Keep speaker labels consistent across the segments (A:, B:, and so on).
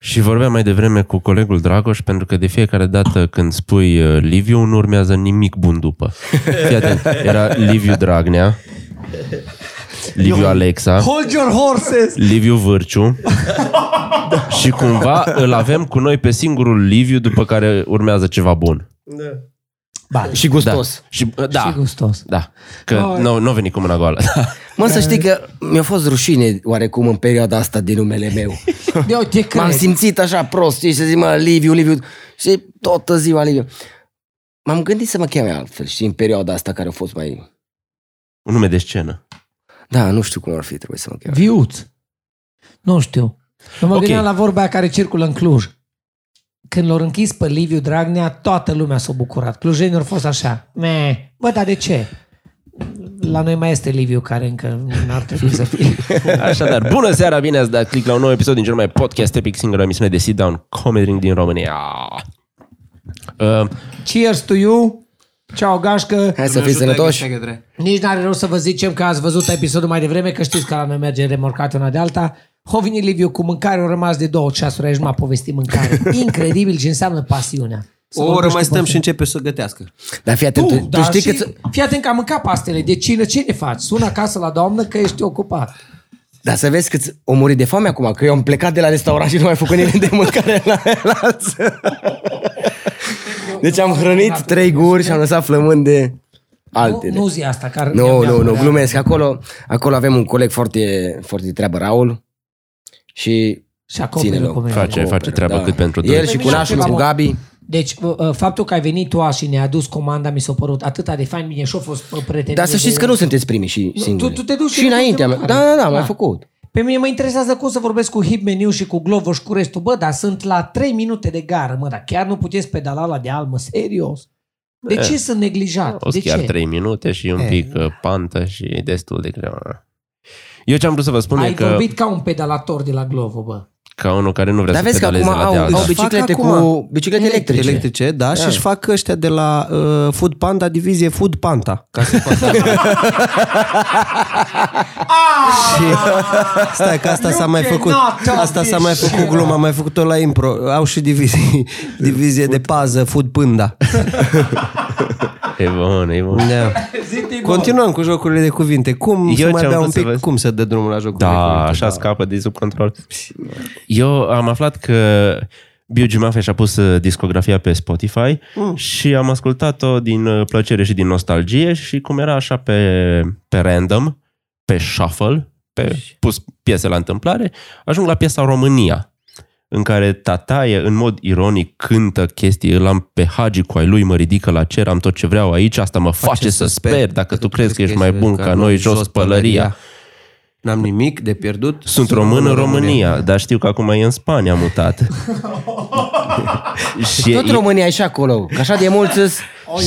A: Și vorbeam mai devreme cu colegul Dragoș, pentru că de fiecare dată când spui uh, Liviu, nu urmează nimic bun după. Fii atent, era Liviu Dragnea, Liviu Alexa,
B: Hold your horses!
A: Liviu Vârciu și cumva îl avem cu noi pe singurul Liviu după care urmează ceva bun.
C: Da.
B: Ba,
A: Și
D: gustos.
A: Da. Și, da.
B: și gustos.
A: Da, că nu, nu a venit cu mâna goală.
D: Mă, să știi că mi-a fost rușine oarecum în perioada asta de numele meu.
B: Eu te cred.
D: M-am simțit așa prost, știi, să zic, mă, Liviu, Liviu, și toată ziua Liviu. M-am gândit să mă cheme altfel, știi, în perioada asta care a fost mai...
A: Un nume de scenă.
D: Da, nu știu cum ar fi trebuit să mă cheme.
B: Viuț. Nu știu. Eu
A: Ok.
B: mă okay. gândeam la vorba aia care circulă în Cluj. Când l-au închis pe Liviu Dragnea, toată lumea s-a bucurat. Clujenii au fost așa. Me. Bă, dar de ce? La noi mai este Liviu care încă n-ar trebui să fie.
A: Așadar, bună seara, bine ați dat click la un nou episod din cel mai podcast epic, singura emisiune de sit-down comedy Ring din România. Uh,
B: Cheers to you! Ceau, gașcă!
D: Hai să fii sănătoși.
B: Nici n-are rost să vă zicem că ați văzut episodul mai devreme, că știți că la noi merge remorcat una de alta. Ho venit Liviu cu mâncare, au rămas de două ceasuri, aici m-a povestit mâncare. Incredibil ce înseamnă pasiunea. Să
C: O oră
B: vorbești
C: mai
B: cu
C: stăm
B: pasiune.
C: și începe să gătească.
D: Dar fii atent, tu, tu
B: dar
D: știi
B: da, și,
D: că...
B: Fii atent că am mâncat pastele de cină, ce ne faci? Sună acasă la doamnă că ești ocupat.
D: Dar să vezi că o muri de foame acum, că eu am plecat de la restaurant și nu mai făcut nimeni de mâncare la, la Deci am hrănit trei guri și am lăsat flămând de deci- altele.
B: Nu, nu zi asta. Care
D: Nu,
B: mi-a-
D: nu, nu,
B: mi-a-
D: glumesc. Acolo, acolo avem un coleg foarte, foarte de treabă, Raul. Și
B: Și acoperă
D: Ține-l,
B: cu mine.
A: face, face treaba da. cât pentru doi.
D: El și cu
B: Păi
D: nașul,
B: mi-a
D: cu
B: ceva, mă.
D: Gabi.
B: Deci, uh, uh, faptul că ai venit tu azi și ne-ai adus comanda mi s-a părut atât de fain, bine, și-a fost uh, prietenie.
D: Dar să știți
B: de-
D: că nu sunteți primii și
B: Nu,
D: singuri.
B: tu- tu te duci și
D: și
B: te duci de
D: înainte. am- Da,
B: mâncare.
D: da, da, mai
B: Da.
D: făcut.
B: Pe mine mă interesează cum să vorbesc cu Hip Meniu și cu Glovo și cu restul. Bă, dar sunt la 3 minute de gară, mă, dar chiar nu puteți pedala la de almă, serios. De
A: E.
B: ce sunt neglijat?
A: O
B: De
A: să chiar
B: ce?
A: 3 minute și un
B: E.
A: pic uh, pantă și destul de greu. Eu ce am vrut să vă spun e
B: Ai
A: că
B: vorbit ca un pedalator de la Glovo, bă.
A: ca unul care nu vrea să
D: Dar vezi că
A: pedaleze
D: acum
A: la
D: au,
A: deal,
D: au
A: da.
D: biciclete
C: Fac
D: cu
C: acum.
D: biciclete electrice.
C: Electrice, da, și își fac ăștia de la uh, Food Panda, divizie Food Panta. Ca să facă. și, stai că asta
B: You
C: s-a mai făcut.
B: cannot talk
C: Asta s-a
B: this
C: mai
B: shit.
C: făcut gluma, am mai făcut-o la impro. Au și divizii, divizie de pază, Food Panda.
A: E bun, e bun.
C: Da. Continuăm cu jocurile de cuvinte. Cum
A: Eu
C: să mai
A: ce-am
C: dau
A: vrut
C: un
A: să
C: pic,
A: vă-
C: cum să dă drumul la jocurile de
A: Da,
C: cuvinte?
A: așa scapă de sub control. Eu am aflat că Biugi Mafia și-a pus uh, discografia pe Spotify mm. și am ascultat-o din uh, plăcere și din nostalgie și cum era așa pe, pe random, pe shuffle, pe pus piese la întâmplare, ajung la piesa România, în care Tataie, în mod ironic, cântă chestii, îl am pe Hagi cu ai lui, mă ridică la cer, am tot ce vreau aici, asta mă face, face să sper, dacă tu crezi că ești mai bun ca noi, jos pălăria.
C: N-am nimic de pierdut.
A: Sunt român în România, dar știu că acum e în Spania mutat. și,
D: Tot
A: e,
D: România e și acolo. Că așa de mulți îs-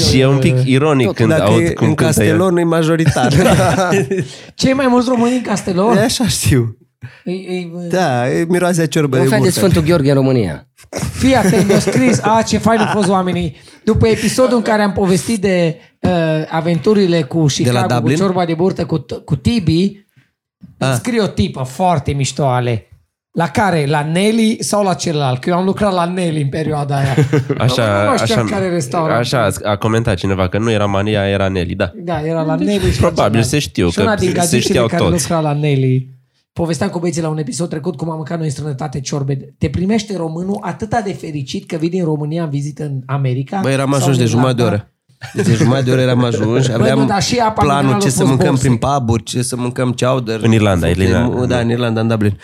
A: și e un pic ironic când
C: Dacă
A: aud
C: e
A: cum
C: în
A: cântă el.
C: Castelon e majoritar.
B: Cei mai mulți români în Castelor?
C: E așa știu.
B: Ei, ei, bă,
C: Da, e miroase a ciorbă
D: un
C: de
D: fel de
C: burtă.
D: Sfântul Gheorghe în România.
B: Fii atent, mi-a scris, a, ce fain au fost oamenii. După episodul în care am povestit de uh, aventurile cu Chicago, cu
C: Dublin?
B: ciorba de burtă, cu, cu Tibi, îmi scrie o tipă foarte mișto ale. La care? La Nelly sau la celălalt? Că eu am lucrat la Nelly în perioada aia.
A: Așa,
B: nu știam
A: așa,
B: care restaurant.
A: așa a comentat cineva că nu era Mania, era Nelly, da.
B: Da, era la Nelly. și la
A: probabil
B: celălalt.
A: se știu,
B: Și
A: că
B: una din
A: se
B: gagițele
A: știau
B: care
A: toți.
B: lucra la Nelly. Povesteam cu băieții la un episod trecut cum am mâncat noi în străinătate ciorbe. Te primește românul atâta de fericit că vii din România în vizită în America.
C: Bă, eram
B: sau
C: ajuns de
B: în
C: jumătate de
B: Irlanda.
C: oră. Deci de jumătate de oră eram ajuns,
B: Bă,
C: aveam
B: nu, dar și apa
C: planul
B: minerală
C: ce să
B: fost
C: mâncăm
B: boxe.
C: prin puburi, ce să mâncăm chowder.
A: În Irlanda,
C: Fructe-
A: Irlanda.
C: Da, în Irlanda, în Dublin.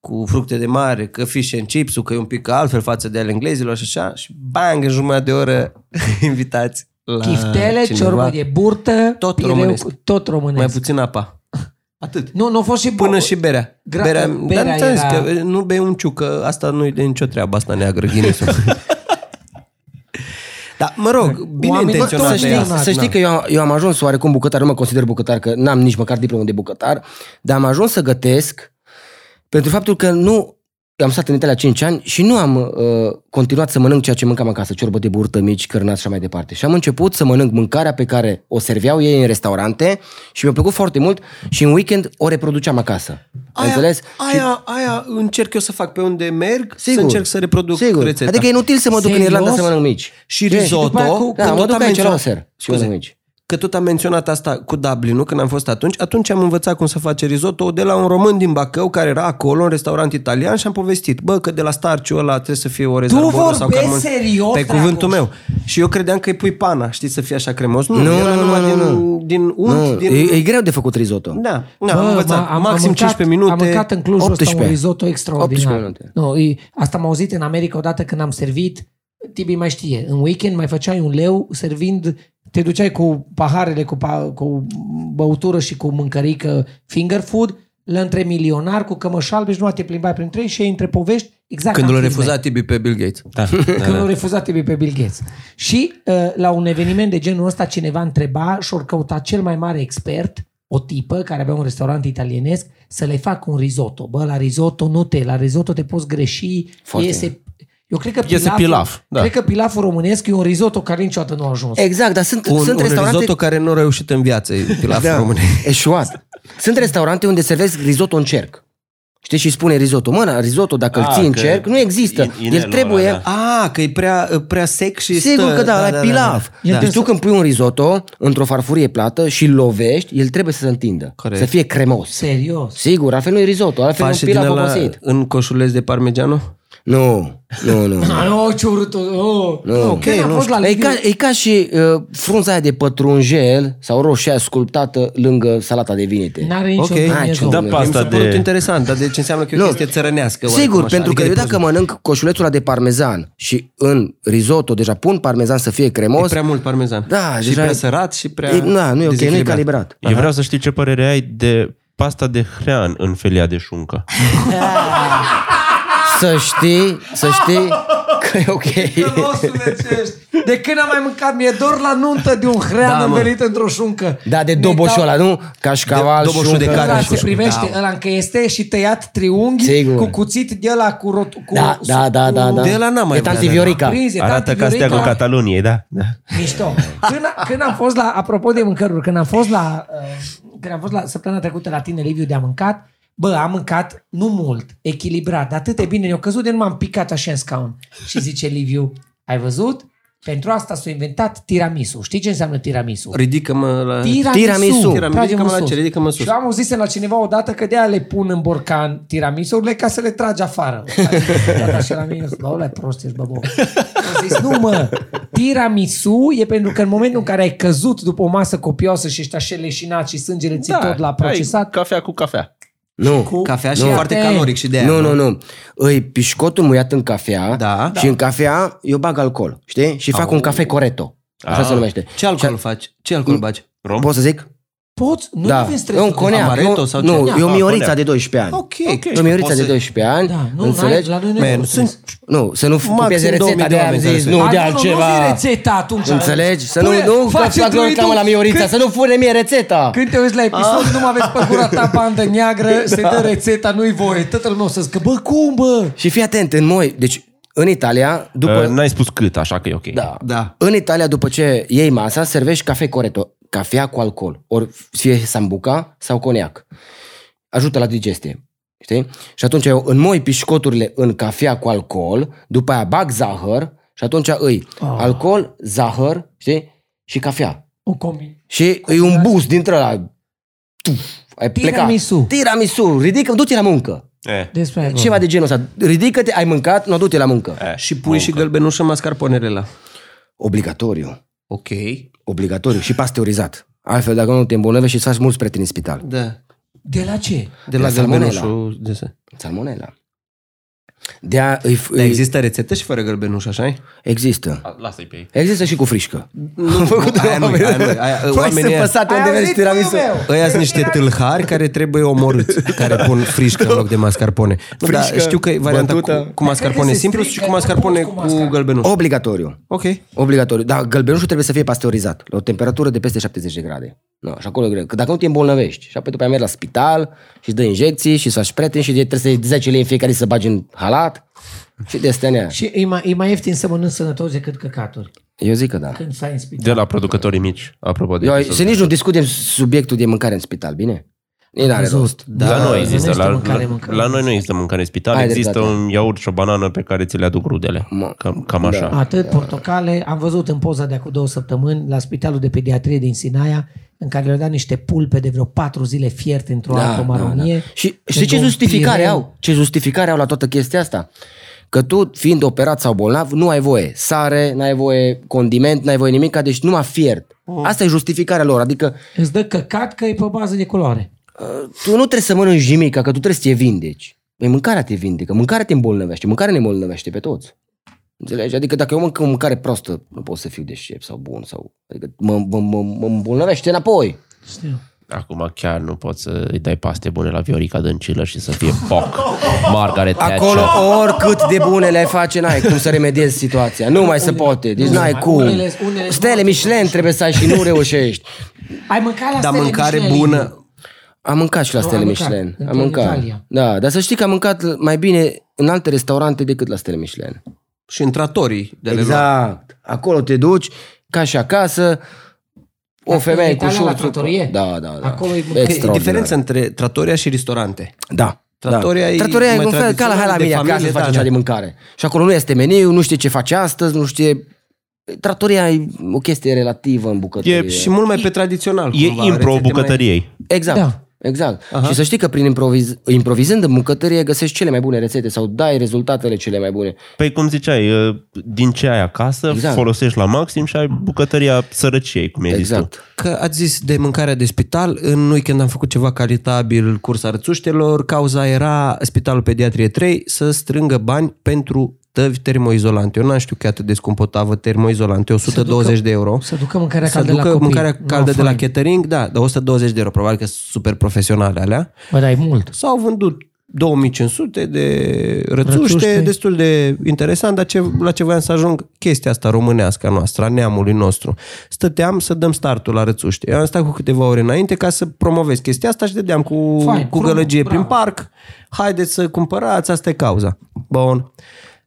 C: Cu fructe de mare, că fish and chips că e un pic altfel față de ale englezilor și așa. Și bang, în jumătate de oră invitați la
B: Chiftele,
C: cineva.
B: ciorbă de burtă,
C: Tot
B: pireu,
C: românesc.
B: tot românesc.
C: Mai puțin apa. Atât.
B: Nu, nu a fost și
C: Până și berea.
B: Gra-
C: berea,
B: berea
C: dar era...
B: era-
C: că nu bei un ciu, că asta nu-i de nicio treabă, asta neagră Guinness. Dar mă rog, bine
B: Oamenii-
C: intenționat.
B: Bă,
D: Să
B: tu
C: e
D: știi,
C: asta.
B: Intenționat,
D: să știi că eu, am- eu am ajuns oarecum bucătar, nu mă consider bucătar, că n-am nici măcar diplomă de bucătar, dar am ajuns să gătesc pentru faptul că nu am stat în Italia 5 ani și nu am uh, continuat să mănânc ceea ce mâncam acasă, ciorbă de burtă, mici, cărnați și așa mai departe. Și am început să mănânc mâncarea pe care o serveau ei în restaurante și mi-a plăcut foarte mult și în weekend o reproduceam acasă. Ai înțeles?
C: Aia, aia încerc eu să fac pe unde merg, Sigur.
D: Sigur.
C: să încerc să reproduc
D: Sigur.
C: rețeta.
D: Adică e inutil să mă duc în
B: Serios?
D: Irlanda să mănânc mici.
C: Și
D: Ce?
C: risotto,
B: după aia cu-
C: când
D: Da, mă
C: tot
D: duc aici
C: am
D: la
C: menționat-
D: Oser și mănânc
C: Scuze,
D: mici.
C: că tot am menționat asta cu Dublin-ul, când am fost atunci, atunci am învățat cum să face risotto de la un român din Bacău care era acolo, în restaurant italian și am povestit, bă, că de la starciul ăla trebuie să fie o rezervoră sau
B: vorbești
C: carmon.
B: serios,
C: Pe
B: Dragoș?
C: cuvântul meu. Și eu credeam că îi pui pana, știi, să fie așa cremos. Nu,
D: Nu,
C: nu era
D: nu,
C: numai
D: nu,
C: din,
D: nu.
C: din unt,
D: Nu,
C: din...
D: e, e greu de făcut risotto.
C: Da, da, am învățat.
B: mă, am- am
C: Maxim
B: mâncat-
C: 15 minute.
B: Am mâncat în Cluj 18. ăsta
D: 18.
B: un risotto extraordinar.
D: 18 minute.
B: Nu, e, asta am auzit în America odată când am servit, Tibi mai știe, în weekend mai făceai un leu servind, te duceai cu paharele, cu, pa, cu băutură și cu mâncărică finger food, la între milionar cu cămăși albe și numai te plimbai prin trei și ei între povești exact
C: Când
B: ca
C: l-a
B: în filme.
C: refuzat Tibi pe Bill Gates.
A: Da.
B: Când l-a refuzat TV pe Bill Gates. Și uh, la un eveniment de genul ăsta cineva întreba și or căuta cel mai mare expert, o tipă care avea un restaurant italienesc, să le facă un risotto. Bă, la risotto nu te, la risotto te poți greși,
D: Foarte.
B: iese... Eu cred că
A: Iese
B: pilaful,
A: pilaf, da.
B: cred că pilaful românesc e un risotto care niciodată nu a ajuns.
D: Exact, dar sunt,
C: Un,
D: sunt
C: un
D: restaurante...
C: risotto care nu a reușit în viață, e pilaful da. românesc.
D: Eșuat. Sunt restaurante unde servesc risotto în cerc. Știi, și spune risotto. Mă, na, risotto, dacă îl
A: Ah,
D: ții în
A: că
D: cerc, nu există.
A: in- inelul
D: El trebuie...
A: ăla, da.
C: A, Ah, că e prea, prea sec și
D: Sigur
C: stă...
D: că da, da, da pilaf. Da, da.
B: El
D: Deci
B: trebuie
D: tu când pui un risotto într-o farfurie plată și îl lovești, el trebuie să se întindă.
C: Corect.
D: Să fie cremos.
B: Serios.
D: Sigur, altfel nu e risotto, altfel e un
C: Faci și din
D: pilaf
C: ăla
D: obosit.
C: în coșuleț de parmigiano?
D: Nu, nu, nu.
B: Ah, nu, ce urât. Oh.
D: Nu,
B: ok, nu, fost la
D: e, ca, e ca și uh, frunza aia de pătrunjel sau roșia sculptată lângă salata de vinite.
B: N-are nicio
C: Ok.
B: okay.
D: Hai, ce
A: Da,
C: Mi
A: pasta
C: s-a părut
A: de...
C: interesant, dar deci înseamnă că e o
D: Nu.
C: chestie țărănească.
D: Sigur,
C: oarecum așa.
D: pentru că eu
C: Adică
D: dacă mănânc coșulețul ăla de parmezan și în risotto deja pun parmezan să fie
C: E
D: cremos,
C: prea mult parmezan.
D: Da,
C: și
D: deja-
C: prea sărat și prea...
D: e, na, nu e ok, nu e
C: dezechilibrat.
D: calibrat.
A: Eu vreau să știu ce părere ai de pasta de hrean în felia de șuncă.
D: Să știi, să știi că e ok.
B: De când am mai mâncat, mi-e dor la nuntă de un hrean
C: Da, mă.
B: învelit într-o șuncă.
D: Da, de doboșul ăla, nu? Cașcaval,
C: De- doboșul de
D: șuncă.
C: care
B: Ăla
C: și
B: se
C: așa.
B: privește,
C: Da.
B: ăla încă este și tăiat triunghi
D: Sigur.
B: cu cuțit de ăla cu rot... Cu,
D: Da, da, da, da, da.
C: De ăla n-am mai
D: E
C: vrea,
D: tanti Viorica.
B: Prinzi,
A: Arată ca
B: Viorica,
A: steagul Cataloniei, da? da.
B: Mișto. Când, când am fost la, apropo de mâncăruri, când am fost la, uh, când am fost la săptămâna trecută la tine, Liviu, de a mâncat, bă, am mâncat nu mult, echilibrat, dar atât de bine, eu căzut de nu m-am picat așa în scaun. Și zice Liviu, ai văzut? Pentru asta s-a inventat tiramisu. Știi ce înseamnă tiramisu?
C: Ridică-mă la...
B: Tiramisu.
D: Tiramisu.
B: Trage-mă
C: Ridică-mă la
B: sus.
C: ce, ridică-mă sus.
B: Și eu am auzit la cineva odată că de-aia le pun în borcan tiramisurile ca să le tragi afară. Tata și la mine, bă, ăla e prost, ești, bă, bă. Am zis, nu mă, tiramisu e pentru că în momentul în care ai căzut după o masă copioasă și ești așa leșinat și sângele ți
A: Da,
B: tot la procesat,
A: cafea cu cafea.
D: Nu.
C: Cafea și
D: Nu.
C: foarte
B: Atent.
C: caloric și de aia.
D: Nu, nu, nu. Îi pișcotul muiat în cafea
C: Da.
D: și în cafea eu bag alcool, știi? Și fac un cafe coreto. Așa se numește.
C: Ce alcool faci? Ce
D: Mm.
C: alcool bagi?
A: Rom?
D: Pot să zic?
B: poți, nu
D: da.
B: vezi
D: E un
B: stresul.
D: coneac.
C: amaretto
D: e un-
C: sau ce?
D: Nu, e o
A: Ah,
D: miorița
A: coneac.
D: de 12 ani.
C: Ok.
D: E o miorița
A: Poți
D: de
A: să-
D: 12 ani.
B: Da, nu,
D: înțelegi?
B: n-ai- la noi nu
D: Man,
B: e
D: sunt- Nu, să nu copieze
C: 2000
D: rețeta
C: de
D: de am
C: oameni care
D: zis,
C: se-
D: nu,
B: Ah,
D: de
B: Nu, nu
D: altceva.
B: rețeta Păi, atunci.
D: Înțelegi? Să nu,
B: Pune-
D: nu că
B: face
D: fac
B: druidul
D: reclamă la miorița,
B: cât-
D: să nu fure mie rețeta.
B: Când te uiți la episod, nu mai aveți pe gura ta bandă neagră, se dă rețeta, nu-i voie. Tatăl meu să zică, bă, cum, bă?
D: Și fii atent, în moi, deci în Italia,
A: După...
D: după...
A: Uh, n-ai spus cât, așa că e ok.
D: Da.
C: Da.
D: În Italia, după ce iei masa, servești cafe coreto, cafea cu alcool, ori fie sambuca sau coniac. Ajută la digestie. Știi? Și atunci eu înmoi pișcoturile în cafea cu alcool, după aia bag zahăr și atunci îi
B: Ah.
D: alcool, zahăr, știi? Și cafea.
B: O combi.
D: Și îi un bus dintre ăla. Tuf, ai
B: Tiramisu. Ah.
D: plecat. Tiramisu. Ridică, du-te la muncă.
A: Eh.
B: Despre aia,
D: Ceva de genul ăsta. Ridică-te, ai mâncat, nu, du-te la muncă.
A: Eh.
C: Și pui și gălbenușă mascarponele la.
D: Obligatoriu.
C: Ok.
D: Obligatoriu și pasteurizat. Altfel, dacă nu te îmbolnăvești și să faci mulți prieteni în spital.
C: Da.
B: De la ce?
C: De
D: la
C: la
D: salmonella.
C: gălbenușul. de se-
D: Salmonella. De a, îi,
C: Dar
D: îi,
C: există rețete și fără gălbenuș, așa
D: există.
A: Lasă-i pe ei.
D: Există și cu frișcă.
C: Nu, aia nu, aia nu. Aia-
D: Păi
C: oamenii
D: sunt
C: aia-
D: păsate
B: Ai
D: unde
B: auzit
D: mergi tiramisu.
B: puiul meu?
C: Ăia sunt niște tâlhari care trebuie omorâți, care pun frișcă în loc de mascarpone. Nu, dar
D: Frișcă,
C: știu că e varianta
D: bătută.
C: cu, cu mascarpone
B: Cred că se
C: simplu și
B: strică,
C: cu
B: nu
C: mascarpone
B: poți cu mascar-
C: cu gălbenuș.
D: Obligatoriu.
C: Ok.
D: Obligatoriu. Dar gălbenușul trebuie să fie pasteurizat la o temperatură de peste 70 de grade. No, și acolo e greu. Că dacă nu te îmbolnăvești și apoi după aia mergi la spital și îți dă injecții și să faci prieteni și de- trebuie să iei 10 lei în fiecare zi să bagi în salat și de stenea.
B: Și e mai, e mai ieftin să mănânci sănătos decât căcaturi.
D: Eu zic că da.
B: Când stai în spital.
A: De la producătorii mici, apropo de
D: Eu,
A: episodul
D: să nici nu discutem subiectul de mâncare în spital, bine? Ei n-are rost.
B: Zust.
A: Da, la noi există. La,
B: mâncare,
A: la,
B: mâncare.
A: la noi nu există mâncare în spital,
D: Ai
A: există
D: dreptate.
A: un iaurt și o banană pe care ți le aduc rudele.
D: Mă.
A: Cam, cam așa. Da.
B: Atât portocale. Am văzut în poza de acum două săptămâni la spitalul de pediatrie din Sinaia, în care le-au dat niște pulpe de vreo patru zile fierte într-o da, apă maronie.
D: Și știi
B: Pentru
D: ce
B: un
D: justificare
B: pireu.
D: au? Ce justificare au la toată chestia asta? Că tu, fiind operat sau bolnav, nu ai voie sare, n-ai voie condiment, n-ai voie nimic, deci numai fiert. Asta e justificarea lor, adică
B: Îți dă căcat că e pe bază de culoare.
D: uh, tu nu trebuie să mănânci nimic, că tu trebuie să te vindeci. Păi mâncarea te vindecă, mâncarea te îmbolnăvește, mâncarea ne îmbolnăvește pe toți. Înțelegi? Adică dacă eu mănânc o mâncare proastă, nu pot să fiu deștept sau bun sau... Adică mă, mă, mă, mă îmbolnăvește înapoi.
B: Știu.
A: Acum chiar nu poți să îi dai paste bune la Viorica Dăncilă și să fie foc. Margaret
D: Acolo
A: Thatcher.
D: oricât de bune le-ai face, n-ai cum să remediezi situația. Nu mai se poate. Deci n-ai cum.
B: unele- unele-
D: Stele Michelin trebuie să ai și nu reușești.
B: Ai mâncat
A: Da,
B: la
C: Dar
B: Stele
C: mâncare
B: Michelin?
C: bună...
D: Am mâncat și la
B: Nu,
D: Stele
B: am mâncat.
D: Michelin.
B: În
D: Am mâncat.
B: Italia.
D: Da, dar să știi că am mâncat mai bine în alte restaurante decât la Stele Michelin.
C: Și în tratorii de le luam.
D: Exact. Acolo te duci, ca și acasă, o femeie cu
B: Italia la
D: șurțul.
B: trattorie?
D: Da, da, da.
B: Acolo e mâncare.
C: E
D: Extraordinar.
C: diferența între tratoria și restaurante.
D: Da.
C: Trattoria
D: da.
C: e
D: Tratoria e
C: mai
D: un fel ca la hai la
C: tradițională,
D: mine
C: de
D: acasă
C: familie,
D: să face
C: da,
D: cea
C: da.
D: de mâncare. Și acolo nu este meniu, nu știe ce face astăzi, nu știe... Tratoria e o chestie relativă în bucătărie.
A: E
C: Și mult mai pe tradițional.
A: E
C: cumva,
A: impro
C: rețete
A: bucătăriei.
D: Exact.
B: Da.
D: Da. Exact. Aha. Și să știi că prin improviz- improvizând în bucătărie găsești cele mai bune rețete sau dai rezultatele cele mai bune.
A: Păi cum ziceai, uh, din ce ai acasă,
D: Exact.
A: folosești la maxim și ai bucătăria sărăciei, cum ai zis tu.
D: Exact.
C: Că ați zis de mâncarea de spital, în weekend am făcut ceva caritabil, curs arățuștelor, cauza era Spitalul Pediatrie 3 să strângă bani pentru tăvi termoizolante. Eu n-am știut că e atât de scumpă o tavă termoizolante, 120 de euro.
B: Să ducă mâncarea
C: Să
B: caldă la
C: ducă
B: copii.
C: mâncarea
B: No,
C: caldă de la
B: fine.
C: catering, da, dar 120 de euro, probabil că sunt super profesionale alea.
B: Bă, dar e mult.
C: S-au vândut 2500 de rățuște,
B: Rățuște.
C: rățuște, destul de interesant, dar ce, la ce voiam să ajung, chestia asta românească a noastră, a neamului nostru. Stăteam să dăm startul la rățuște. Eu am stat cu câteva ore înainte ca să promovez chestia asta și dădeam cu,
B: Fain,
C: cu
B: frumos,
C: gălăgie
B: bravo.
C: prin parc. Haideți să cumpărați, asta e cauza. Bun.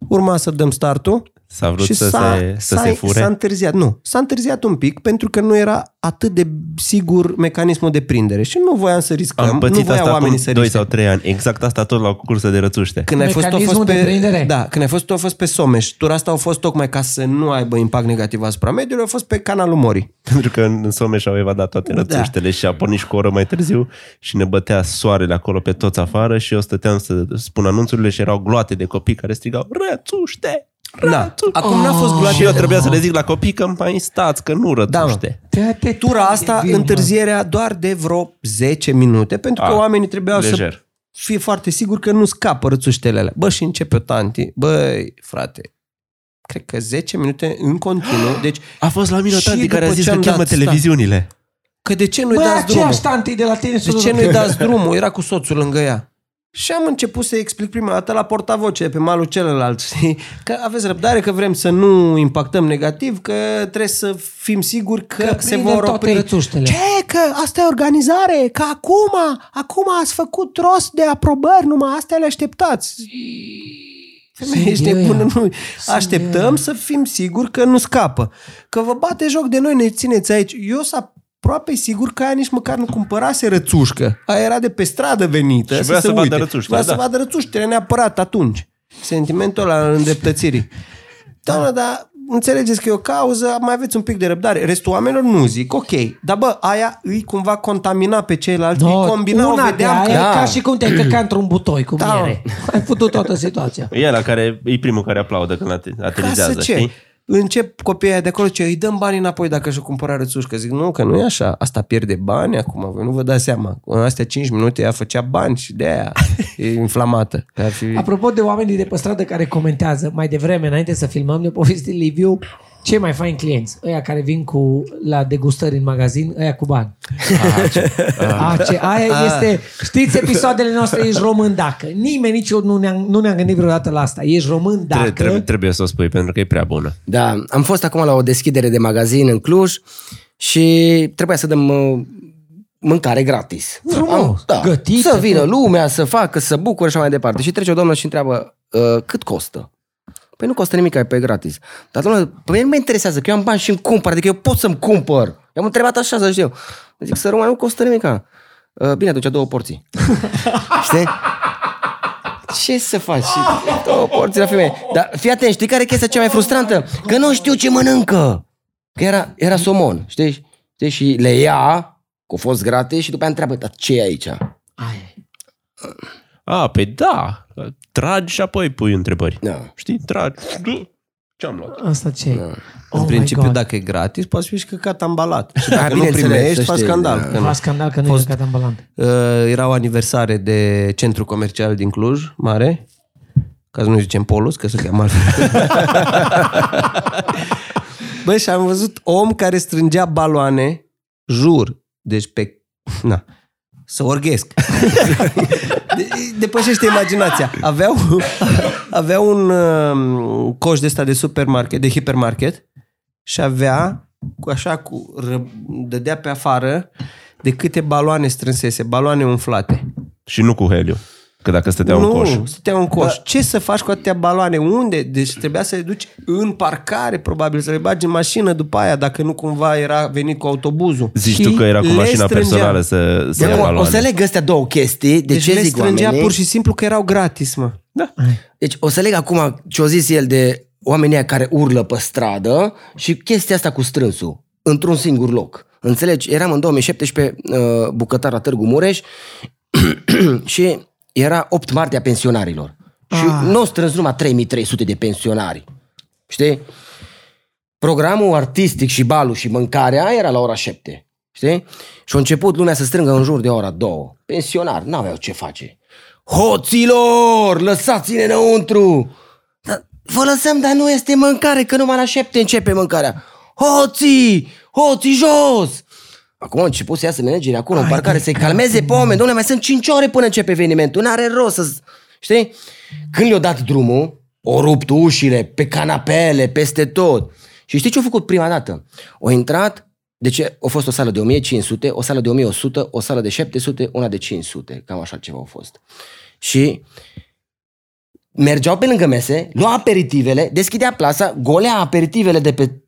C: Urma să dăm startul.
A: S-a vrut
C: și
A: să
C: s-a,
A: se- să
C: s-a,
A: se fure?
C: S-a întârziat, nu. S-a întârziat un pic pentru că nu era atât de sigur mecanismul de prindere și nu voiam să riscăm.
A: Am
C: nu
A: pățit
C: voiau
A: asta acum
C: oamenii să
A: 2
C: risce.
A: sau 3 ani. Exact asta tot la cursă de rățuște.
C: Când ai fost, tu a fost
B: Mecanismul de
C: pe,
B: prindere.
C: Da, când ai fost, tu a fost pe Someș. Tura asta a fost tocmai ca să nu aibă impact negativ asupra mediului, a fost pe canalul Mori.
A: Pentru că în în Someș au evadat toate rățuștele și a pornit și cu o oră mai târziu și ne bătea soarele acolo pe toți afară și eu stăteam să spun anunțurile și erau gloate de copii care strigau rățuște!
C: Da. Acum n-a fost
A: Oh. Și
C: gloatie.
A: eu trebuia să le zic la copii că mai stați, că nu
C: Da, mă.
A: rățuște.
B: Te- te-
C: Tura
B: te-
C: asta,
B: bine,
C: întârzierea doar de vreo 10 minute, pentru că
A: A,
C: oamenii trebuiau să
A: lejer.
C: fie foarte sigur că nu scapă rățuștele alea. Bă, și începe o tanti. Băi, frate, cred că 10 minute în continuu. Deci,
A: A fost la mine o
C: Și
A: tanti care a
C: după
A: zis
C: ce
A: că
C: am
A: cheamă
C: dat stat.
A: televiziunile.
C: că de ce
B: Bă,
C: nu-i dați drumul?
B: aceeași tantei de la tine
C: De ce nu-i dați drumul? Era cu soțul lângă ea. Și am început să explic prima dată la portavoce, pe malul celălalt, știi? Că aveți răbdare, că vrem să nu impactăm negativ, că trebuie să fim siguri că,
B: Că
C: se
B: prindem
C: vor
B: toate
C: opri.
B: rățuștele.
C: Ce? Că asta e organizare? Că acum, acum ați făcut rost de aprobări, numai astea le așteptați. Femeie, ești
B: Sunt
C: nebună,
B: eu.
C: nu. Așteptăm să fim siguri că nu scapă. Că vă bate joc de noi, ne țineți aici. Eu sunt aproape sigur că aia nici măcar nu cumpărase rățușcă. Aia era de pe stradă venită.
A: Și vrea
C: se
A: să vadă
C: uite.
A: rățuștele,
C: Vrea
A: da.
C: să vadă rățuștele neapărat atunci. Sentimentul ăla al îndreptățirii. Doamna, dar înțelegeți că e o cauză, mai aveți un pic de răbdare. Restul oamenilor nu zic, ok. Dar bă, aia îi cumva contamina pe ceilalți,
A: Da,
C: no, îi combina, o
B: una de
C: vedeam
B: aia
C: că...
B: e
D: Da.
B: ca și cum te-ai căca într-un butoi cu
C: Da.
B: miere. Ai putut toată situația.
A: E la care e primul care aplaudă când ate-
C: Ca să
A: aterizează,
C: ce?
A: știi?
C: Încep copiii aia de acolo, ce îi dăm bani înapoi dacă și-o cumpăra rățușcă. Zic, nu, că nu e așa. Asta pierde bani acum, voi nu vă dați seama. În astea 5 minute ea făcea bani și de aia e inflamată. Că ar fi...
B: Apropo de oamenii de pe stradă care comentează, mai devreme, înainte să filmăm, ne-a povestit Liviu cei mai faini clienți, ăia care vin cu la degustări în magazin, ăia cu bani. Ace, aia este, știți episoadele noastre, ești român dacă. Nimeni nici eu nu ne-am, nu ne-am gândit vreodată la asta. Ești român dacă.
A: Tre- Trebuie, trebuie să o spui, pentru că e prea bună.
D: Da, am fost acum la o deschidere de magazin în Cluj și trebuia să dăm uh, mâncare gratis.
B: Frumos,
D: da.
B: gătită,
D: Să vină lumea, să facă, să bucure și așa mai departe. Și trece o doamnă și întreabă, "Uh, cât costă? Păi nu costă nimic, e pe gratis. Dar doamnă, pe mine nu mă interesează, că eu am bani și îmi cumpăr, adică eu pot să-mi cumpăr. I-am întrebat așa, să știu. Zic, să rămân, nu costă nimic. Uh, bine, atunci două porții. Știi? Ce să faci? Și două porții la femeie. Dar fii atent, știi care e chestia cea mai frustrantă? Că nu știu ce mănâncă. Că era, era somon, știi? știi? Și le ia, că a fost gratis, și după aia întreabă, dar ce e aici? Da.
A: A, pe da. Tragi și apoi pui întrebări.
D: Da.
A: Știi? Tragi. Ce-am luat?
B: Asta ce e?
D: oh
B: Oh
C: În
B: my
C: principiu,
B: God.
C: dacă e gratis, poți fi și căcat ambalat. Și
D: Ah,
C: dacă nu
D: bineînțeles, să
C: primești, faci
D: știi,
C: scandal.
D: da.
C: Că nu.
B: La scandal că nu e căcat ambulant.
C: Uh, era o aniversare de centru comercial din Cluj, mare, ca să nu zicem Polus, că se cheamă altfel. Bă, și am văzut om care strângea baloane, jur, deci pe... Na, să orghesc. De- Depășește imaginația. Aveau, avea un um, coș de ăsta de supermarket, de hipermarket și avea cu așa cu ră, dădea pe afară de câte baloane strânsese, baloane umflate.
A: Și nu cu heliu. Că dacă stăteau în coș.
C: Nu, stăteau în coș. Ce să faci cu atâtea baloane? Unde? Deci trebuia să le duci în parcare, probabil, să le bagi în mașină după aia, dacă nu cumva era venit cu autobuzul.
A: Zici
C: Și
A: tu că era cu
C: le
A: mașina
C: strângea.
A: personală să, să
D: De
A: ia
D: acum, o să
A: baloane.
D: leg astea două chestii. De
C: Deci
D: ce
C: le
D: zic
C: strângea
D: oamenii?
C: pur și simplu că erau gratis, mă. Da.
D: Deci o să leg acum ce o zis el de oamenii aia care urlă pe stradă și chestia asta cu strânsul, într-un singur loc. Înțelegi? Eram în 2017 uh, bucătar la Târgu Mureș și era 8 martie a pensionarilor. Și
B: Ah.
D: nu au strâns numai 3300 de pensionari. Știi? Programul artistic și balul și mâncarea era la ora 7. Știi? Și a început lumea să strângă în jur de ora 2. Pensionar, n-aveau ce face. Hoților, lăsați-ne înăuntru! Dar, vă lăsăm, dar nu este mâncare, că numai la 7 începe mâncarea. Hoții! Hoții jos! Acum au început să iasă managerii acolo în parcare, să-i calmeze pe oameni. Dom'le, mai sunt 5 ore până începe evenimentul. N-are rost să... Știi? Când le-au dat drumul, o rupt ușile, pe canapele, peste tot. Și știi ce au făcut prima dată? Au intrat, deci a fost o sală de 1500, o sală de 1100, o sală de 700, una de 500. Cam așa ceva au fost. Și mergeau pe lângă mese, lua aperitivele, deschidea plasa, golea aperitivele de pe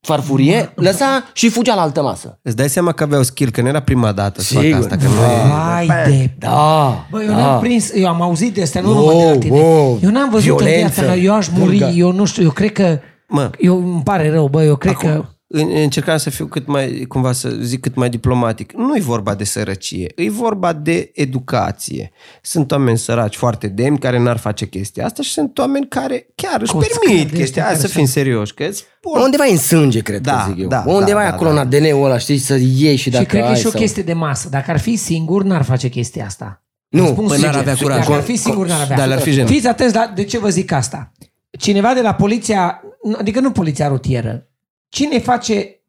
D: farfurie, lăsa și fugea la altă masă.
C: Îți dai seama că aveau skill, că nu era prima dată să facă
D: Sigur.
C: asta, că nu e...
B: Vai de...
D: Da.
B: Bă, eu
D: da.
B: n-am prins, eu am auzit de astea, nu
D: Wow,
B: numai de la tine.
D: wow.
B: Eu n-am văzut în
D: Violență.
B: viața mea, eu aș muri,
D: Vulgar.
B: eu nu știu, eu cred că...
C: Mă.
B: Eu îmi pare rău, bă, eu cred că...
C: În- Încercam să fiu cât mai, cumva să zic cât mai diplomatic. Nu e vorba de sărăcie, e vorba de educație. Sunt oameni săraci foarte demni care n-ar face chestia asta și sunt oameni care chiar își
B: Cu
C: permit
B: scade,
C: chestia
B: care
C: asta, să
B: să-
C: fim serioși, că îți por-
D: Undeva e în sânge, cred
C: Da,
D: că zic eu.
C: da,
D: Undeva
C: da,
D: e
C: da,
D: acolo
C: da.
D: în ADN-ul ăla, știi, să iei și dacă
B: și cred că e
D: ai
B: și o
D: sau-
B: chestie de masă. Dacă ar fi singur, n-ar face chestia asta.
D: Nu,
B: Îți spun
C: păi n-ar
B: sincer.
C: avea curaj.
B: Dacă ar
C: Con-
B: fi singur, n-ar avea.
C: Dar le-ar fi jenă.
B: Fiți atenți, la, de ce vă zic asta? Cineva de la poliția, adică nu poliția rutieră, cine face,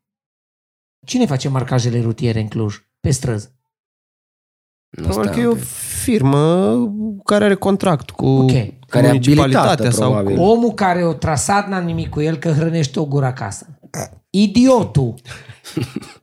B: cine face marcajele rutiere în Cluj, pe străzi?
D: Nu
C: Probabil
D: stai,
C: că e o
D: pe-
C: firmă care are contract cu
B: Ok.
C: okay.
D: Care e
C: municipalitatea
D: abilitată,
C: sau
D: probabil.
C: cu...
B: Omul care o trasat n-a nimic cu el că hrănește o gură acasă. Idiotul!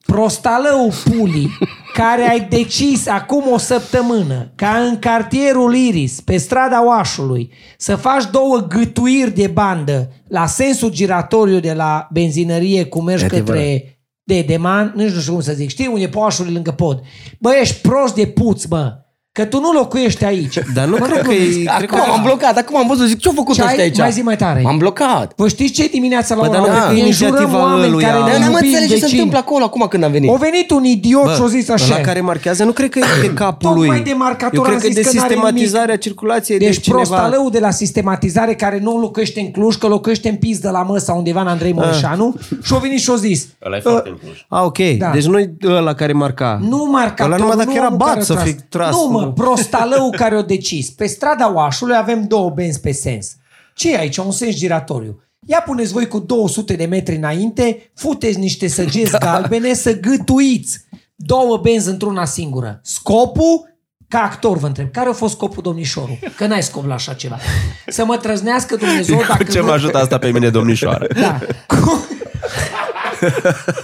B: Prostalău pulii care ai decis acum o săptămână ca în cartierul Iris, pe strada Oașului, să faci două gâtuiri de bandă la sensul giratoriu de la benzinărie cum mergi
D: E adevărat.
B: către Dedeman, nici nu știu cum să zic, știi unde e poașul lângă pod. Bă, ești prost de puț, bă, că tu nu locuiești aici.
C: Dar nu cred că e... cred că-
D: Acum am blocat, acum am văzut, zic, ce-au făcut
B: Ce ai?
D: ăștia aici?
B: Mai zi mai tare.
D: M-am blocat.
B: Voi știți ce e dimineața la
C: Bă,
B: ora
C: Păi,
B: opt?
C: dar nu cred că
B: Ne
C: e
B: înjurăm
C: inițiativa
B: oameni
C: lui,
B: care
C: a-
B: ne
D: Dar n-am
B: iubim
D: înțeles ce se
B: vecini.
D: întâmplă acolo acum când am venit.
B: O venit un idiot și o zis
C: ăla
B: așa.
C: care marchează, nu cred că e de capul
B: Tocmai
C: lui.
B: de marcator
C: Eu cred
B: am
C: că e de
B: zis că n-are
C: sistematizarea circulației. de
B: Deci
C: cineva-
B: prostalău de la sistematizare care nu locuiește în Cluj, că locuiește în Piz de la Măsa undeva în
C: Ah.
B: Andrei Mureșanu și o venit și o zis.
A: Ăla e foarte în Cluj.
C: A, ok.
B: Da.
C: Da. Deci nu ăla care marca.
B: Nu marcatorul,
C: Ăla numai dacă
B: nu
C: era
B: omul care
C: bat
B: o
C: să fi tras.
B: Nu mă, prostalău care o decis. Pe strada Oașului avem două benzi pe sens. ce e aici? Un sens giratoriu. Ia puneți voi cu 200 de metri înainte, futeți niște săgeți da. galbene să gâtuiți două benzi într-una singură. Scopul? Ca actor vă întreb, care a fost scopul domnișorul? Că n-ai scop la așa ceva. Să mă trăznească Dumnezeu
A: Cu
B: dacă
A: ce
B: nu-
A: mă ajută asta pe mine, domnișoară?
B: da. Cu-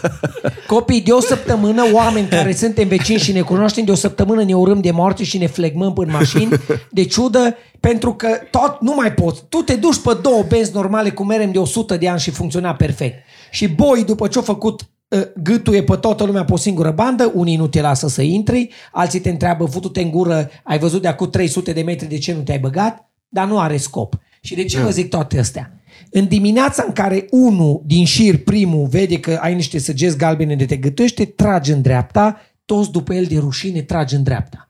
B: Copii, de o săptămână, oameni care suntem vecini și ne cunoaștem, de o săptămână ne urâm de moarte și ne flegmăm în mașini de ciudă, pentru că tot nu mai poți. Tu te duci pe două benzi normale cum merem de 100 de ani și funcționa perfect. Și boi, după ce-a făcut uh, gâtuie pe toată lumea pe o singură bandă, unii nu te lasă să intri, alții te întreabă, futu-te în gură, ai văzut de acum 300 de metri de ce nu te-ai băgat, dar nu are scop. Și de ce vă zic toate astea? În dimineața în care unul din șir, primul, vede că ai niște săgeți galbene de te gătește, trage în dreapta, toți după el de rușine trage în dreapta.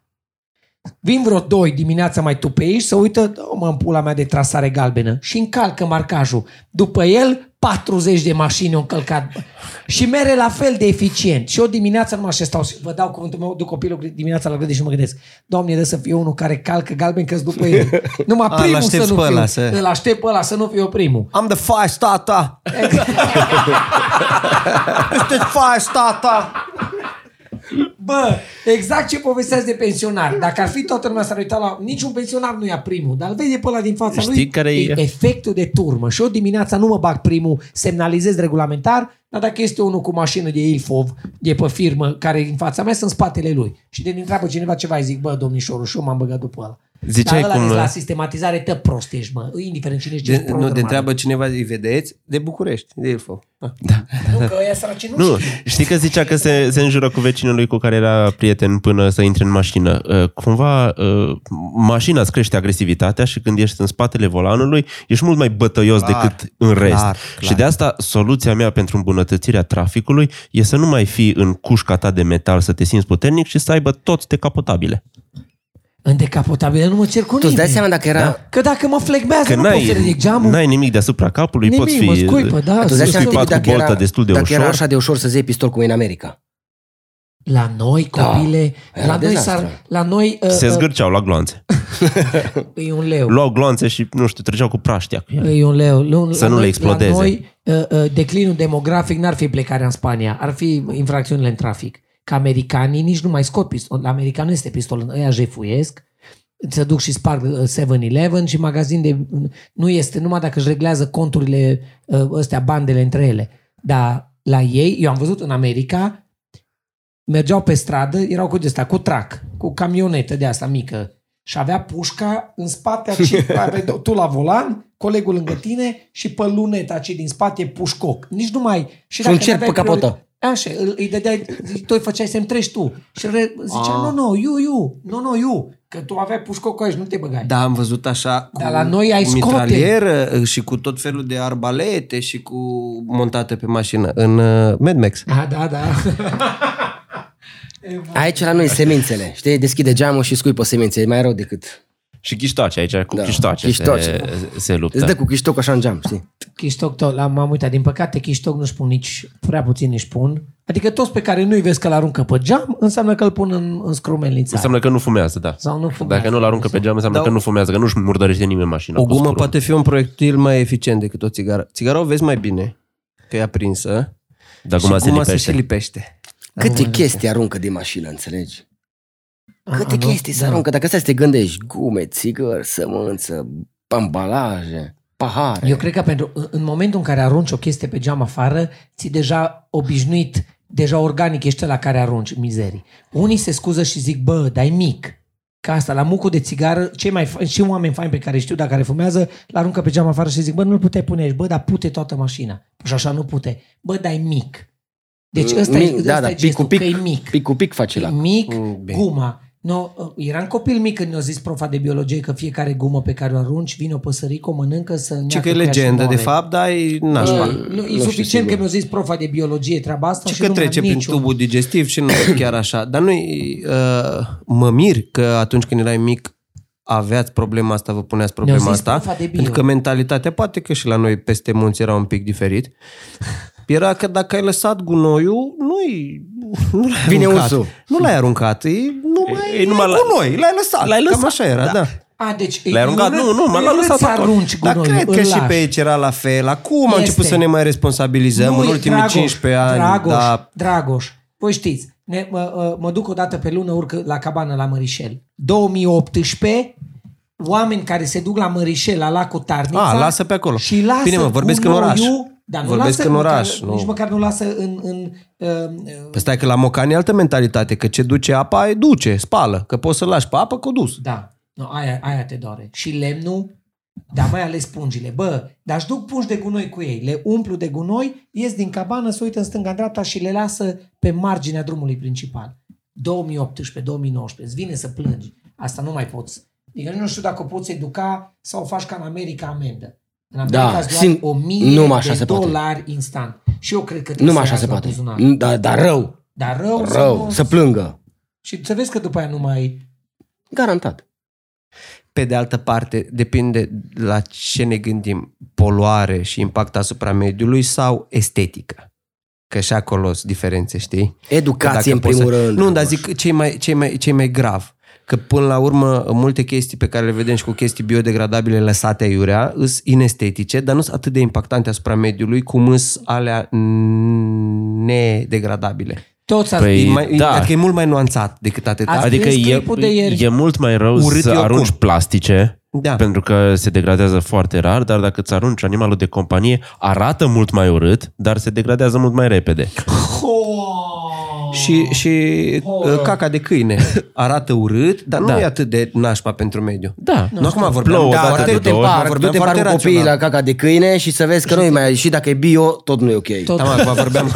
B: Vin vreo doi dimineața mai tupeiși să uită, "Dă-o, mă, în pula mea de trasare galbenă și încalcă marcajul. După el, 40 de mașini au încălcat bă. și mere la fel de eficient. Și eu dimineața numai așa stau și vă dau cuvântul meu, duc copilul dimineața la grădină și mă gândesc, Doamne, dă să fie unul care calcă galben că după el. Numai
C: A, îl
B: primul să
C: aștepți
B: nu
C: pe
B: fiu.
C: ăla să-
B: Îl aștept pe ăla să nu fiu primul.
C: I'm the fast tata! Este fast tata!
B: Bă, exact ce povesteați de pensionar. Dacă ar fi toată lumea s-ar uita la... Niciun pensionar nu ia primul, dar îl vede pe ăla din fața
A: Știi
B: lui.
A: care e-
B: Efectul de turmă. Și eu dimineața nu mă bag primul, semnalizez regulamentar, dar dacă este unul cu mașină de Ilfov, de pe firmă, care e în fața mea, sunt spatele lui. Și de întreabă cineva ceva, îi zic, bă, domnișorul, și eu m-am băgat după ăla.
A: Ziceai
B: dar ăla
A: cum- uh,
B: de la sistematizare, te prost ești, mă. Indiferent cine ești, ești
C: De,
B: prost,
C: nu, de
B: mă.
C: întreabă cineva, îi vedeți? De București, de Ilfo.
B: Nu, că ăia săracii nu,
A: Nu,
B: știu.
A: știi că zicea că se, se înjură cu vecinul lui cu care era prieten până să intre în mașină. Uh, Cumva uh, mașina îți crește agresivitatea și când ești în spatele volanului, ești mult mai bătăios
C: Clar,
A: decât în rest.
C: clar,
A: Și de asta soluția mea pentru îmbunătățirea traficului e să nu mai fii în cușca ta de metal să te simți puternic și să aibă tot decapotabile.
B: În decapotabile nu mă cer cu
D: Tu îți
B: nimeni.
D: dai seama dacă era... Da.
B: Că dacă mă flegmează,
A: Că
B: nu pot să
A: n-ai,
B: ridic geamul.
A: n-ai nimic deasupra capului,
B: Nimic,
A: poți fi
B: mă scuipă, da,
A: uh,
D: Tu îți dai seama
A: scuipat
D: Tibi,
A: cu
D: dacă,
A: bolta
D: era,
A: destul de
D: dacă
A: ușor.
D: era așa de ușor să-ți iei pistol cum e în America.
B: La noi,
D: Da.
B: copile, da,
D: Era
B: la, noi
D: dezastru.
B: s-ar, la noi uh,
A: se
B: uh,
A: zgârceau la gloanțe.
B: e un leu.
A: Luau gloanțe și, nu știu, treceau cu praștia cu ele.
B: E un leu. La,
A: Să nu
B: noi,
A: le explodeze.
B: La noi, uh, uh, declinul demografic n-ar fi plecarea în Spania, ar fi infracțiunile în trafic. Că americanii nici nu mai scot pistol. La american nu este pistol, în- ăia jefuiesc, se duc și sparg uh, 7-Eleven și magazin de... Nu este numai dacă își reglează conturile uh, ăstea, bandele între ele. Dar la ei, eu am văzut în America, mergeau pe stradă, erau cu asta, cu trac, cu camionetă de asta mică și avea pușca în spate aci, aveai tu la volan, colegul lângă tine și pe luneta ce din spate e pușcoc. Nici nu mai... Și,
D: Și un cerc
B: n-aveai
D: pe capotă.
B: priori- Așa, îl- îi dădeai, tu îi făceai să-mi treci tu. Și re, zicea, nu, nu, iu, iu, nu, nu, iu, că tu aveai pușcoc aici, nu te băgai.
C: Da, am văzut așa cu,
B: Dar la noi ai
C: cu
B: scote.
C: mitralieră și cu tot felul de arbalete și cu montate pe mașină în uh, Mad Max.
B: Da, da, da.
D: Aici la noi semințele. Știi, deschide geamul și scuipă semințe. E mai rău decât...
A: Și chiștoace aici, cu da.
D: Da,
A: chiștoace,
D: chiștoace.
A: Se, se luptă.
D: Îți dă cu chiștocul așa în geam, știi?
B: Chistoc, tot, la- m-am uitat, din păcate Chistoc nu-și pun nici, prea puțin își pun. Adică toți pe care nu-i vezi că l-aruncă pe geam, înseamnă că îl pun în, în scrumelnița.
A: Înseamnă că nu fumează, da.
B: Sau nu fumează.
A: Dacă nu-l aruncă pe geam, înseamnă
C: Da.
A: că nu fumează, că nu-și murdărește nimeni mașina.
C: O
A: cu
C: gumă
A: scurul.
C: poate fi un proiectil mai eficient decât o țigară. Țigara o vezi mai bine, că e aprinsă.
A: Dar
C: și
A: guma se
C: guma
A: lipește.
C: se și lipește.
D: Câte chestii aruncă din mașină, înțelegi?
B: A,
D: Câte
B: a, nu?
D: chestii se
B: Da.
D: aruncă. Dacă stai să te gândești, gume, țigări, sămânță, ambalaje, pahare.
B: Eu cred că pentru, în- în momentul în care arunci o chestie pe geam afară, ți deja obișnuit, deja organic ești la care arunci mizerii. Unii se scuză și zic, bă, dar e mic. Ca asta, la mucul de țigară, cei mai fa- și oameni faini pe care îi știu, dacă care fumează, l aruncă pe geam afară și zic, bă, nu-l puteai pune aici, bă, dar pute toată mașina. Și așa nu pute. Bă, dar e mic. Deci ăsta
D: Mic,
B: e,
D: da,
B: ăsta
D: da,
B: e
D: pic cu
B: gestul,
D: pic,
B: că e mic.
D: Pic cu pic face
B: E
D: la. Oh,
B: mic,
C: Mm, bine.
B: guma. No, eram copil mic când ne-a zis profa de biologie că fiecare gumă pe care o arunci, vine o păsărică, o mănâncă să
C: Ce
B: neacă
C: că e
B: cu ea și
C: legendă, de
B: moare.
C: fapt, dar e
B: Bă,
C: nașpa.
B: Uh, nu, e
D: știu
B: suficient
D: sigur.
B: că mi-a zis profa de biologie treaba asta
C: Și
B: și
C: că
B: nu mai
C: trece
B: am
C: prin
B: niciun-
C: tubul digestiv și nu e chiar așa. Dar nu uh, mă mir că atunci când erai mic aveați problema asta, vă puneați problema
B: Ne-au zis
C: asta.
B: profa de bio.
C: Pentru că mentalitatea, poate că și la noi peste munți era un pic diferit, era că dacă ai lăsat gunoiul, nu-i, nu l-ai
D: Vine
C: aruncat.
D: ursul.
C: Nu l-ai aruncat, e, nu mai
A: e numai la-
C: gunoi, l-ai lăsat.
A: L-ai lăsat,
C: Cam așa era, da. da.
B: A, deci e
A: L-ai aruncat?
B: urât-
A: Nu, nu, m-a
B: e
A: lăsat
B: urât să
A: acolo.
B: arunci
C: Dar
B: gunoiul,
C: cred că
B: îl
C: și
B: lași.
C: pe aici era la fel. Acum am
B: Este.
C: început să ne mai responsabilizăm
B: Nu,
C: în
B: e
C: ultimii
B: Dragoș,
C: 15 ani.
B: Dragoș,
C: da,
B: Dragoș, voi știți, ne, mă, mă- mă duc o dată pe lună, urc la cabană la Mărișel. 2018, oameni care se duc la Mărișel, la lacul Tarnița
C: A, lasă pe acolo.
B: și lasă
C: Bine, mă, vorbesc în
B: gunoiul
C: oraș.
B: Dar nu
C: Vorbesc
B: lasă,
C: în oraș,
B: măcar,
C: nu.
B: Nici măcar nu lasă în... în uh,
C: Păi stai că la Mocani e altă mentalitate, că ce duce apa, e duce, spală, că poți să lași pe apă, că o dus.
B: da, no, aia, aia te doare. Și lemnul, dar mai ales pungile. Bă, dar își duc pungi de gunoi cu ei, le umplu de gunoi, ies din cabană, se uită în stânga-dreapta și le lasă pe marginea drumului principal. 2018-2019, îți vine să plângi. Asta nu mai poți. Adică nu știu dacă o poți educa sau o faci ca în America amendă. În America
D: Da,
B: îți doar
D: sim-
B: 1000
D: numai așa
B: de
D: se poate.
B: dolari instant. Și eu cred că trebuie
D: Numai
B: să
D: așa
B: ia
D: se
B: la
D: poate.
B: buzunar.
D: N- Dar da, rău,
B: Dar rău,
D: rău,
B: să
D: să
B: nu...
D: plângă.
B: Și să vezi că după aia nu mai...
D: Garantat.
C: Pe de altă parte, depinde la ce ne gândim, poluare și impact asupra mediului sau estetică. Că și acolo sunt diferențe, știi? Că
D: Educație în
C: dacă poți
D: primul
C: să-
D: rând.
C: Nu, dar zic ce e mai, ce e mai, ce e mai grav. Că până la urmă multe chestii pe care le vedem și cu chestii biodegradabile lăsate aiurea sunt inestetice, dar nu sunt atât de impactante asupra mediului cum sunt alea nedegradabile.
B: Toți ar
A: Păi,
C: E mai, da.
A: da.
C: Adică e mult mai nuanțat decât atât. da.
B: Asta-
A: Adică
B: prins
A: e,
B: clipul de ieri.
A: e mult mai rău
C: Urât
A: Urât să
C: eu
A: arunci
C: acum.
A: plastice,
C: Da.
A: pentru că se degradează foarte rar, dar dacă îți arunci animalul de companie, arată mult mai urât, dar se degradează mult mai repede.
C: Și, și uh, caca de câine arată urât, dar nu
A: Da.
C: e atât de nașpa pentru mediu.
A: Da.
C: Nu, acum vorbeam.
A: Plouă odată
C: da,
A: de
D: Da,
C: foarte-
D: du-te în
A: două ori.
D: parc,
C: vorbeam
D: du-te în parc
C: foarte
D: cu copiii
C: rațional.
D: la caca de câine și să vezi că nu-i mai... Și dacă e bio, tot nu e ok.
B: Tot.
C: Da, mă, acum vorbeam.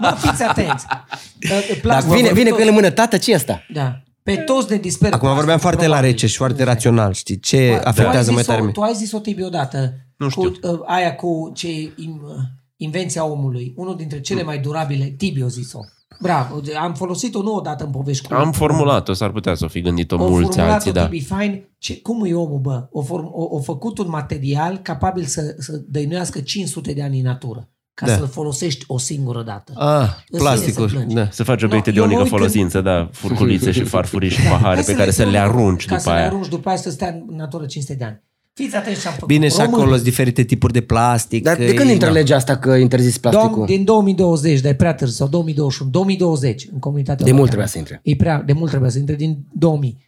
B: Mă, fiți atenți. Uh,
D: Dar
B: plastic-
D: vine, vine
B: tot-
D: cu el în mână, tată, ce asta?
B: Da. Pe toți ne disperă.
C: Acum vorbeam
B: plastic,
C: foarte la
B: probabil.
C: rece și foarte rațional, știi? Ce
B: Tu ai
D: da.
C: afectează mai
B: zis-o-
C: tare?
B: Tu ai zis-o, Tibi, odată.
A: Nu știu.
B: Cu, uh, aia cu ce in, uh, invenția omului. Unul dintre cele mai durabile. Tibi o zis-o. Bravo. Am folosit-o nu odată în povești cu
A: Am formulat-o, s-ar putea să o fi gândit-o
B: o
A: mulți
B: formulat
A: alții,
B: o
A: da.
B: Tibi Fine, ce, cum e omul, bă? O, form, o, o făcut un material capabil să, să dăinuiască 500 de ani în natură, ca
C: Da.
B: să-l folosești o singură dată.
C: Ah,
B: Îți vine să
C: plasticul.
B: plângi.
C: Da.
A: Să faci obiecte
B: No,
A: de
B: eu mă
A: unică
B: uit când-
A: folosință, da, furculițe și farfurii și pahare
B: Hai
A: pe care să le
B: punem,
A: arunci
B: ca
A: după
B: să le
A: aia.
B: arunci după aia să stea în natură 500 de ani. Fiți atenți ce am făcut.
C: Bine, și
B: Românii,
C: acolo sunt diferite tipuri de plastic.
D: Dar de
C: că
D: când
C: e-
D: intră
C: da.
D: legea asta că interzis
B: Dom,
D: plasticul?
B: din 2020, dar e prea târziu, sau 2021, 2020 în comunitatea
D: De mult
B: europeană.
D: trebuia să
A: Exact.
B: E
D: intre.
B: prea, de mult trebuia să intre, din 2000.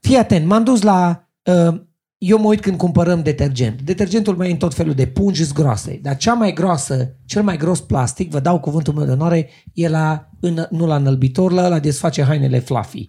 B: Fii atent, m-am dus la... Uh, eu mă uit când cumpărăm detergent. Detergentul meu e în tot felul de pungi groase, dar cea mai groasă, cel mai gros plastic, vă dau cuvântul meu de onoare, e la, în, nu la înălbitor, la, la desface hainele fluffy.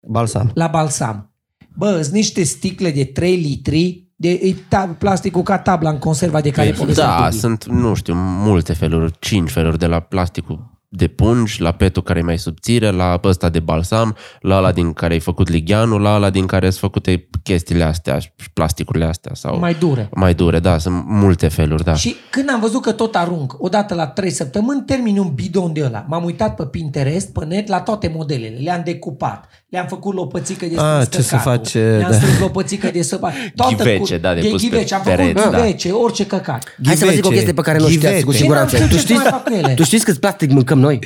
C: Balsam.
B: la balsam. Bă, sunt niște sticle de 3 litri, de e ta- plasticul ca tabla în conserva de care povestea
A: Da,
B: Tibi.
A: sunt, nu știu, multe feluri, cinci feluri, de la plasticul de pungi, la petul care e mai subțire, la ăsta de balsam, la ăla din care ai făcut ligheanul, la ăla din care sunt făcute chestiile astea, și plasticurile astea sau mai,
B: mai dure.
A: mai dure, da, sunt multe feluri, da.
B: Și când am văzut că tot arunc, odată la 3 săptămâni, termin un bidon de ăla. M-am uitat pe Pinterest, pe net, la toate modelele. Le-am decupat, le-am făcut lopățică de
C: A,
B: strâns
C: ce să
B: căcatul,
C: faci,
B: Le-am
C: da.
B: strâns lopățică de săpat.
A: Ghivece, da, de
B: de
A: pus pe
B: ghivece. Am făcut
A: pereți, da.
B: ghivece, orice căcat.
D: Hai să vă zic o
C: Ghivece,
D: chestie pe care nu știați, cu
C: ghivete.
B: Și
D: siguranță.
B: n-am
D: Tu
B: știut ce
D: știți,
B: mai fac cu ele.
D: tu știți cât plastic mâncăm noi?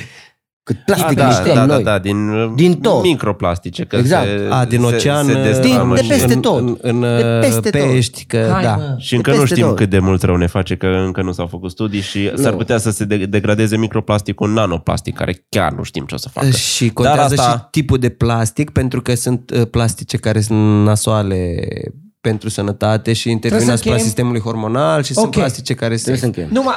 D: Cât
A: Ah,
D: plastic
A: da,
D: miștem
A: da, da,
D: noi?
A: da, din,
D: Din tot.
A: microplastice. Că
D: Exact.
A: se,
C: A, din
A: se-
C: ocean.
A: Se, destramă
D: Din- de
A: și-
D: peste
C: în-
D: tot.
C: În, în,
A: uh,
D: De peste tot.
C: pești, că
B: Hai,
C: da.
B: mă.
A: Și încă
D: De
A: nu
D: peste
A: știm
D: tot.
A: cât de mult rău ne face, că încă nu s-au făcut studii și s-ar putea să se de- degradeze microplasticul în nanoplastic, care chiar nu știm ce o să facă.
C: Și contează
A: Dar asta-
C: și tipul de plastic, pentru că sunt uh, plastice care sunt nasoale pentru sănătate și intervin
B: să
C: asupra
B: încheiem?
C: sistemului hormonal și sunt
B: Ok.
C: plastice care
D: Trebuie să
C: sunt...
D: încheiem.
B: Numai,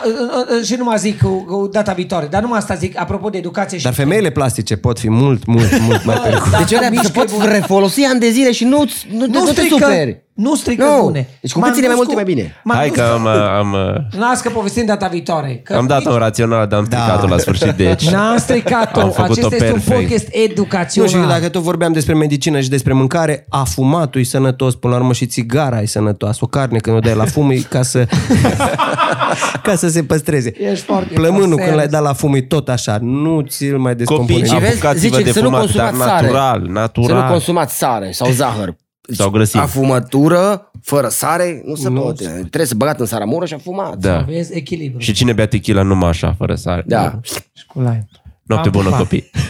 B: și nu mă zic cu, cu data viitoare, dar numai asta zic, apropo de educație și
C: Dar femeile plastice pot fi mult, mult, mult mai periculoase.
D: Deci
B: Dacă
D: alea se
B: mișcă
D: pot
B: bun-
D: refolosi ani de zile și nu-ți- nu, nu,
B: nu
D: nu te
B: strică,
D: superi.
B: nu strică
D: Nu.
B: bune.
D: Deci cu cât ține mai mult, e mai bine.
B: m-am
A: Hai
B: dus
A: că am, am, am,
B: Nas că povestim data viitoare. Că Da.
A: am dat un rațional, dar am stricat-o la sfârșit, deci...
B: N-am stricat-o.
A: Am făcut-o
B: Acesta este un
A: perfect.
B: podcast
C: Nu știu,
B: educațional.
C: dacă tot vorbeam despre medicină și despre mâncare, afumatul e sănătos, până la urmă și țigara e sănătoasă. O carne când o dai la fum e ca să, ca să se păstreze.
B: Ești foarte
C: Plămânul
B: foarte
C: când l-ai
B: serios.
C: dat la fum e tot așa. Nu ți-l mai descompune.
A: Copii,
D: Și vezi,
A: apucați-vă
D: zice
A: de
D: să nu
A: fumat, dar
D: consumați sare.
A: natural,
D: Să nu
A: natural.
D: consumați sare sau zahăr.
A: Sau grăsimi.
D: Afumătură, fără sare, nu se
C: Nu
D: poate. Trebuie să băgat în saramură și afumat.
A: Da.
B: Aveți echilibru.
A: Și cine bea tequila numai așa, fără sare?
D: Da.
B: Și cu lime.
A: Noapte
B: Am
A: bună,
B: pupat.
A: copii.